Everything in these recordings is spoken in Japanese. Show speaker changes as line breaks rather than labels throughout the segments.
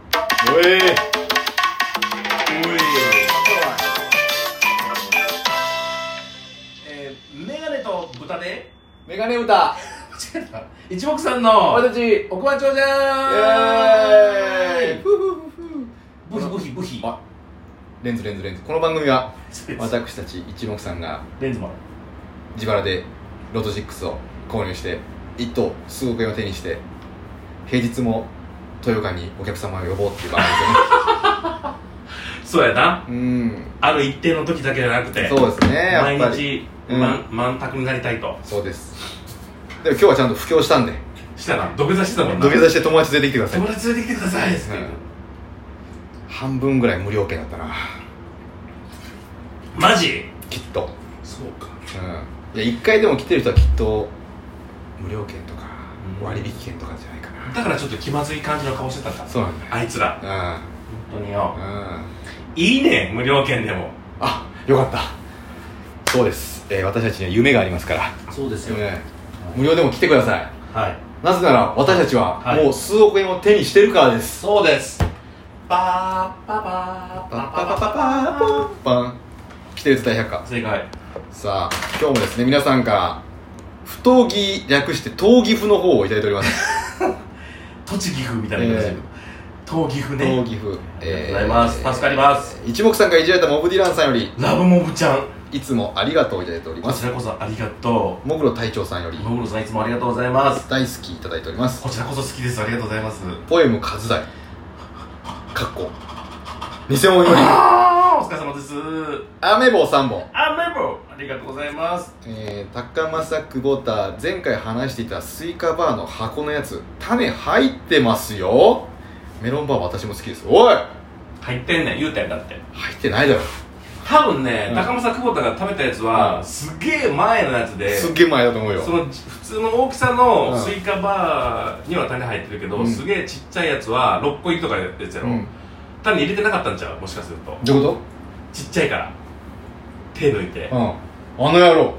ええ
はえー、メガネと豚で
メガネ歌
間違えた 一目散の
私イエ
億万長者
ーイ
ー
ふふふふ
ブヒブヒブヒ
あレンズレンズレンズこの番組は
失礼です
私たち一目さんが
レンズマン
自腹でロト6を購入して一等数億円を手にして平日も豊岡にお客様を呼ぼうっていう番
そうやな
組ですね
ある一定の時だけじゃなくて
うんそうですねやっぱ
毎
り
日
うん
満満卓になりたいと
そうですでも今日はちゃんと布教したんで
したら土下座してたもんな
土下座して友達連れてきてください
友達連れてきてくださいって
うん半分ぐらい無料券だったな
マジ
きっと
そうか
うんいや1回でも来てる人はきっと無料券とか
うん
割引券とかじゃないかな
だからちょっと気まずい感じの顔してたか
そうなんだ
あいつら本当によ
うんうん
いいね無料券でも
あよかったそうです、えー私たちには夢がありますから、
そうです
ね無料でも来てください
はい
なぜなら私たちは
はい
もう数億円を手にしてるからです、
そうですパーパパー
パッパパパパーポンパン来てる伝え百科
正解
さあ今日もですね皆さんから不闘技略して闘技譜の方をいただいております
栃木風みたいな感じだけど東岐風
闘
ね
技譜
ありがとうございます助かります
一目散がいじられたモブディランさんより
ラブモブちゃん
いつもありがとうをいただいておりま
こち
す
らこそありがと
もぐろ隊長さんより
う野室さんいつもありがとうございます
大好きいただいております
こちらこそ好きですありがとうございます
ポエム数大かっこ偽物より
ああお疲れ様です
アメボ3本
あメモありがとうございます
えー、高政久保田前回話していたスイカバーの箱のやつ種入ってますよメロンバー私も好きですおい
入ってんねん言うたやんだって
入ってないだろ
多分ね、
うん
高政久保田が食べたやつは、
うん
すげえ前のやつです
っげえ前だと思うよ
その普通の大きさの
うん
スイカバーには種入ってるけど、
うん
すげえちっちゃいやつは6個入りとかやつやろ、
うん
種入れてなかったんちゃうもしかすると
どういうこ
ちっちゃいから手抜いて
と、うん、あの野郎、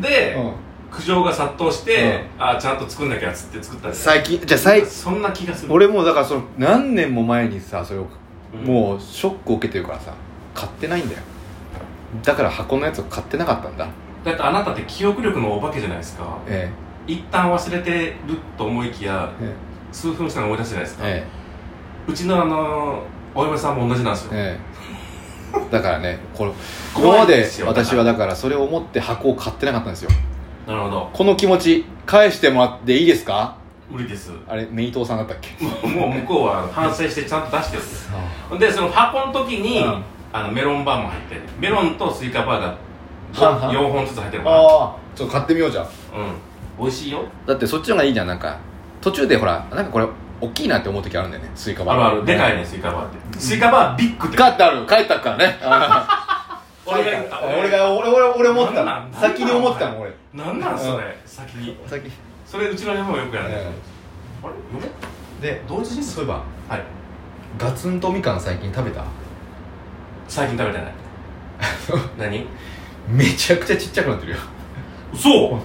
で、
うん、
苦情が殺到して、あちゃんと作んなきゃっつって作ったんです
最近じゃあ最
そんな気がする
俺もうだからその何年も前にさそれを
うん
もうショックを受けてるからさ買ってないんだよだから箱のやつを買ってなかったんだ
だってあなたって記憶力のお化けじゃないですか
え
一旦忘れてると思いきや
ええ
数分したら思い出すじゃないですか、
え
うちのあのお嫁さんも同じなんですよ、
ええだからねこ れ今
怖い
ま
んで
です
よ
私はだからそれを思って箱を買ってなかったんですよ
なるほど
この気持ち返してもらっていいですか
無理です
あれメイトーさんだったっけ
もう向こうは反省してちゃんと出してる
あ
でその箱の時に、
うん
あのメロンバーも入ってるメロンとスイカバーが
半々
4本ずつ入ってるから
あちょっと買ってみようじゃん
うん美味しいよ
だってそっちの方がいいじゃんなんか途中でほらなんかこれ大きいなって思う時あるんだよねスイカバ
あ
ー
るあるでかいねスイカバーってスイカバービッグって
ガッてある帰ったから ね
俺が言った
俺が俺俺俺思った
なんなん
の先に思ってたの俺
なんなんそれ先に
先に
それうちの嫁もよくやる、
え
あれ嫁
で
同時に
そういえば
はい
ガツンとみかん最近食べた
最近食べてない 何
めちゃくちゃちっちゃくなってるよ
そう
本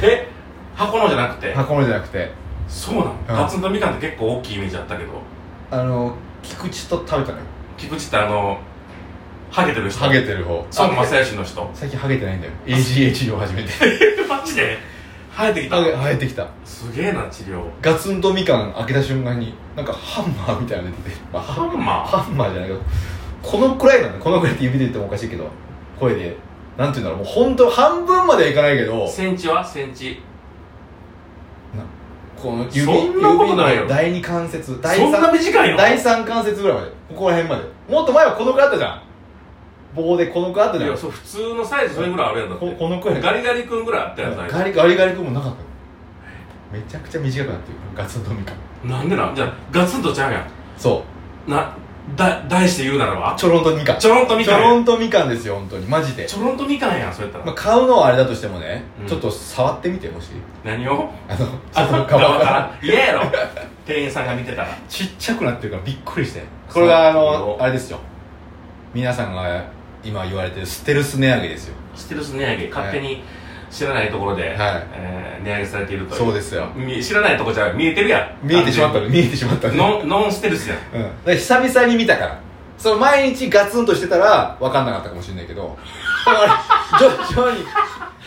え箱のじゃなくて
当箱のじゃなくて
そうなの、ガツンとみかんって結構大きいイメージあったけど
あの菊池と食べたのよ
菊池ってあのハゲてる人
ハゲてる方
孫
あ
正義の人
最近ハゲてないんだよ AGA 治療始めて
マジで生えてきた
ハゲ生えてきた
すげえな治療
ガツンとみかん開けた瞬間になんかハンマーみたいなの出てて、まあ、
ハンマー
ハンマーじゃないけどこのくらいなのこのくらいって指で言ってもおかしいけど声でなんて言うんだろうもう本当半分まではいかないけど
センチはセンチ
この指
そんなことない
指
よ
の第二関節第
そんな
三
短いの
第三関節ぐらいまでここら辺までもっと前はこのくらいあったじゃん棒でこのくらいあった
い
じゃん
やそう普通のサイズそれぐらいあるやんだっ
こ
て
このくらい
ガリガリ君ぐらいあったやん
ガリガリガリ君もなかったよめちゃくちゃ短くなってるガツンとみかん
なんでなんじゃあガツンとちゃうや
そ
んなだ題して言うならば
うちょろんとみかん
ちょろんとみ
ち
か
ょ
んや
ろ
ん
んとみかんですよ本当にマジで
ちょろんとみかんやんそうやった
まあ、
ら
買うのはあれだとしてもね、
うん
ちょっと触ってみてもし
何を
あの
あ
その
側
皮
から嫌やろ店員さんが見てたら
ちっちゃくなってるからびっくりして
そ
こ
う
れがあ
そ
の
う
あれですよ皆さんが今言われてるステルス値上げですよ
ステルス値上げ勝手に知らないところで、
はい
えー値上げされているという
そうですよ
み知らないところじゃ見えてるやん
見えてしまったの見えてしまったの
ノンノンステルスやん
うん、だから久々に見たからその毎日ガツンとしてたら分かんなかったかもしれないけど だから徐々に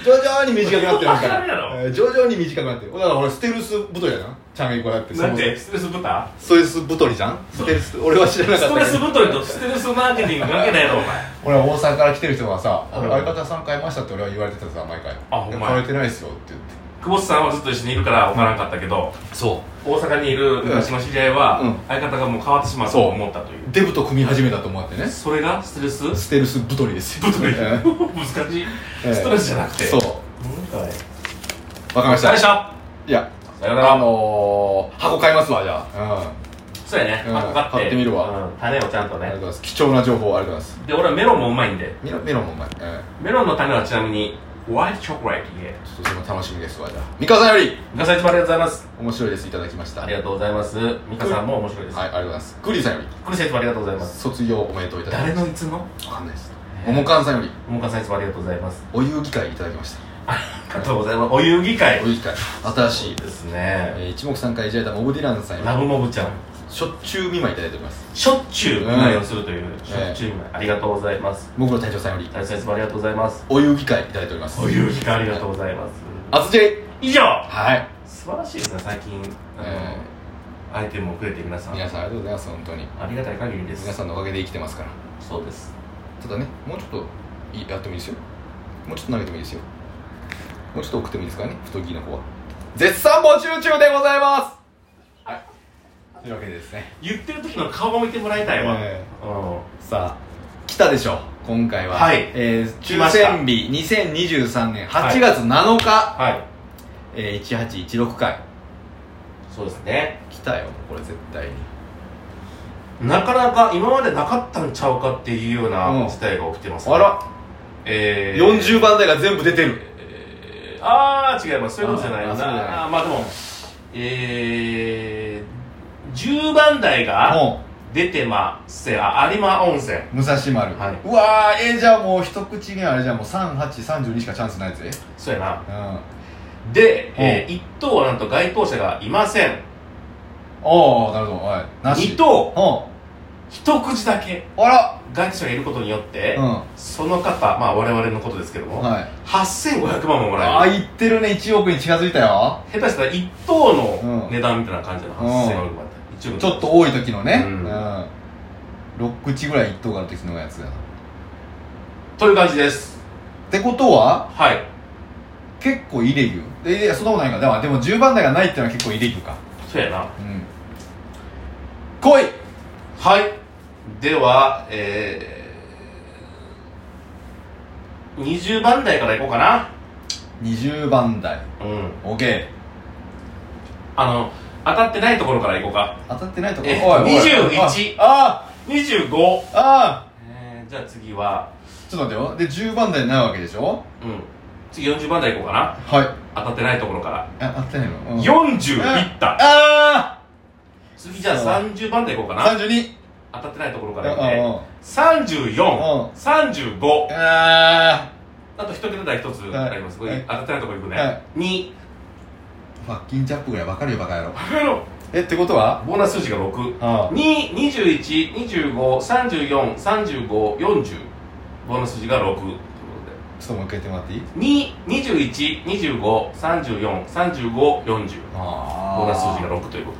徐々に短くなってる
分かるやろ
えー徐々に短くなってるだから俺ステルス太りだなチャンイコだって
なん
そも
てステルス豚
そもストレス太りじゃんステルス俺は知らなかっ
ス
た
ト
け
レ
ど
ス太りとステルスマーケティング関係ないやろお前
俺は大阪から来てる人がさ「
うん
俺相方さん買いました」って俺は言われてたさ毎回
あほんま
いや買えてないっすよ」って言って
久保田さんはずっと一緒にいるから分からんかったけど、
そ
大阪にいる昔の知り合いは、
うん
相方がもう変わってしまったと思ったという
うデブと組み始めたと思ってね
それがステルス
ステルス太りですよ
太り
え
難しい、
え
ストレスじゃなくて
えそう
うんは
分か
い
り
お
まし
疲れ
た
でした
いや
さよなら
あのー、箱買いますわじゃあうん
そうやね、
うん
箱買って
買ってみるわ
うん種をちゃんと
ありがとう
ね
ございます貴重な情報ありがとうございます
で俺はメロンもうまいんで
メロンメロンもうまい、え
メロンの種はちなみにホワイトチョコレートで
えちょっとそれも楽しみですわじゃあ三河さんより
皆さんいつもありがとうございます
面白いですいただきました
ありがとうございます美香さんも面白いです、
はいありがとうございますクリーさんより
クリスさんいつもありがとうございます
卒業おめでとういただきま
誰
した
のいつの
わかんないです桃缶さんより
ももかさんいつもありがとうございます
お遊戯会いただきました
ありがとうございますお遊戯会
お遊戯会新しい、
ですね
えー一目散会いただいたモブディランさん
ラ
よ
ブモブちゃん
りしょっちゅう見舞いいただいております
しょっちゅう見舞いをするという、しょっちゅう見舞いありがとうございます
もぐろ隊長さんより
大切いつもありがとうございます
お遊戯会いただいております
お遊戯会ありがとうございます
あつじ
以上
はい
素晴らしいですね最近あの、
え
アイテムをくれて皆さん
皆さんありがとうございます本当に
ありがたい限りです
皆さんのおかげで生きてますから
そうです
ただねもうちょっといやってもいいですよもうちょっと投げてもいいですよもうちょっと送ってもいいですからね太着の方は絶賛募集中でございますはいというわけでですね
言ってる時の顔も見てもらいたいわ、
え
うん
さあ来たでしょ今回は
はい
えー
来
抽
ました
選日2023年8月7日、
はい
えー1816回
そうですね
来たよこれ絶対に
なかなか今までなかったんちゃうかっていうよう
う
なん事態が起きてます、
あら、
えー、
40番台が全部出てる
えーああ違いますそういうことじゃない
あ
な
ーそうじゃない
あーまあでもえー、10番台が
も
出てませんあ有馬温泉
う武蔵丸、
はいう
わーえー、じゃあもう一口目あれじゃあもう3832しかチャンスないぜ
そうやな
うん
で、えー、1等はなんと該当者がいません
おおなるほどはいなし
2等
う
一口だけ
んあら
該当者がいることによって、
うん
その方まあ我々のことですけども、
はい
8500万もも
あ
らえる
いってるね1億に近づいたよ
下手したら1等
う
の
ん
値段みたいな感じなの、
うん
8500万って1億
ちょっと多い時のね
う
うんん、6口ぐらい1等がある時のやつだなっ
という感じです
てことは
はい
結構イレギュえいやそんなことないかでもでも10番台がないっていうのは結構イレギュか
そうやな
うん来い
はいではえー、20番台からいこうかな
20番台
うん
オッケー
あの当たってないところからいこうか
当たってないとこ
え21
あ
25
ああ
えー、じゃあ次は
ちょっと待ってよで10番台ないわけでしょ
うん次40番台いこうか
は
な
い
当たってないところから
あ当たってないの、うん、
40いった
あ
次じゃあ30番台いこうか
あ
な
32
当たってないところ
う
か
ん
らいっ
う
て
んうんうん
3435
あ
あと一桁台一つありますこ
はい
れ当たってないところいく
は
ね
い
2
ーファッキンジャップぐらいわかるよバカ野郎
あの
えってことは
ボーナス数字が6
あ
2 21、25、34、35、40ボーナス数字が6ということで
ちょっともう一回言ってもらっていい
2、21、25、34、35、40
あ
ボーナス数字が6ということで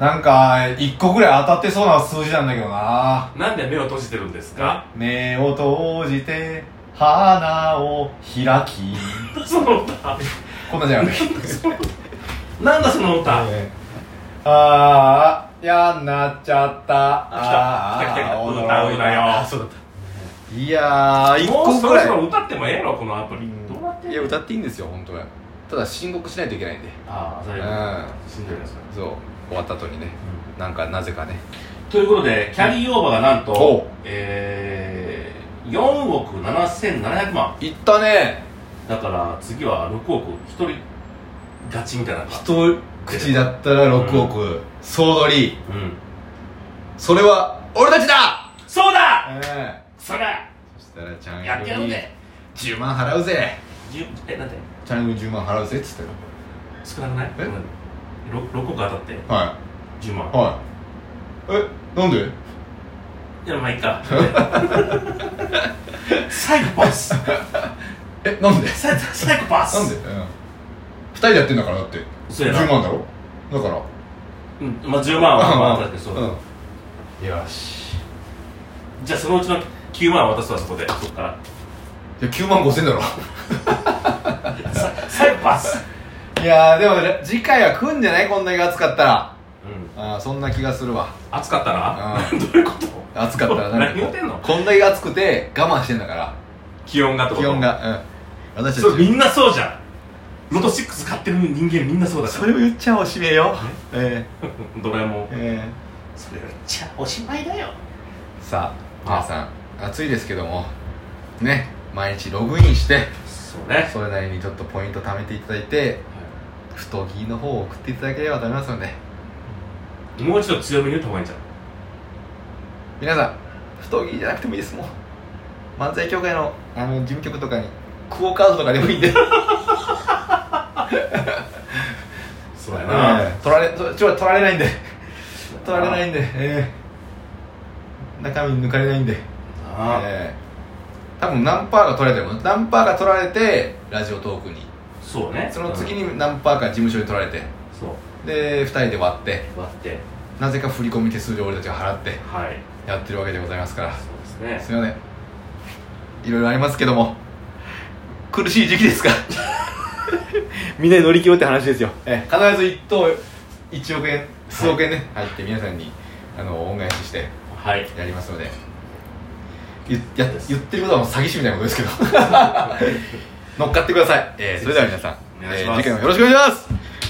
なんか一個ぐらい当たってそうな数字なんだけどな
なんで目を閉じてるんですか
目を閉じて花を開き
その歌
こんなんじゃなく て
なんだその歌
あー嫌になっちゃった
あ来た来た来た来た
ー
歌うなよ
あそうだったいやー一
もう
個
そ
ぐ
ろ
らい
そろ歌ってもええやろこのアプリ
うん
どうなってん
い
の
や歌っていいんですよ本当はただ申告しないといけないんで
ああそれ
う
しんどいですね
んそう終わった後にねなんかなぜかね
ということでキャリーオーバーがなん
お
と
う
えー4億7700万
行ったね
だから次は6億一人勝ちみたいな
一口だったら6億、総取り
うん
それは俺たちだ
そうだ
ええ
それ
そしたらちゃん
やってやる
よ
ん
り
で
10万払うぜ
十えなんて
チャイム10万払うぜっつって
少なくない
え
ごめんろ6個当たって
は
10万
いはいえなんで
いやまあいいか サイコパス
えなんで
サイサイコパス
なんで、うん、2人でやってんだからだって
そう
10
やな
万だろだから
うんまあ10万はまあ確かにそう、
うん、よし
じゃあそのうちの9万は渡すわそこでそっから
いや9万5千だろ
ササイコパス
いやーでもね次回は来んじゃないこんなに暑かったら
うん
あーそんな気がするわ
暑かったな
う
どういうこと
暑かったらなんか
何言ってんの
こんだけ暑くて我慢してんだから
気温がってこ
気
と
温がうん私たち
それみんなそうじゃんロト6買ってる人間みんなそうだから
それを言っちゃおしめよえ
ドラえもん
ええ
それは言っちゃおしまいだよ
えさあ皆さん暑いですけどもね毎日ログインして
そうね
それなりにちょっとポイント貯めていただいて太着の方を送っていただければと思いますので
もう一度強めに言った方がいいんじゃん
皆さん太着じゃなくてもいいですもう漫才協会のあの事務局とかにクオ・カードとかでもいいんで
そうや
ええ取られそちょ取られないんで取られないいんで、ええ中身抜かれないんで、
ああ
ええ多分何パーが取られても何パーが取られてラジオトークに
そうね
その次
うん
に何パーか事務所に取られて
そう
で2人で割って
割って
なぜか振り込み手数料を俺たちが払って
はい
やってるわけでございますから
そうです
すい
ね
ませんいろいろありますけども苦しい時期ですが みんなで乗り切ろうって話ですよ、ええ必ず1等1億円数億円ね、入って皆さんにあの恩返しして
はい
やりますので言や言ってることはもう詐欺師みたいなことですけ ど乗っかってください、えーそれでは皆さん
お願いし
え
ま
ー
す
次回もよろしくお願いします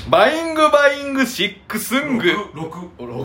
バイングバイングシックスング
六
6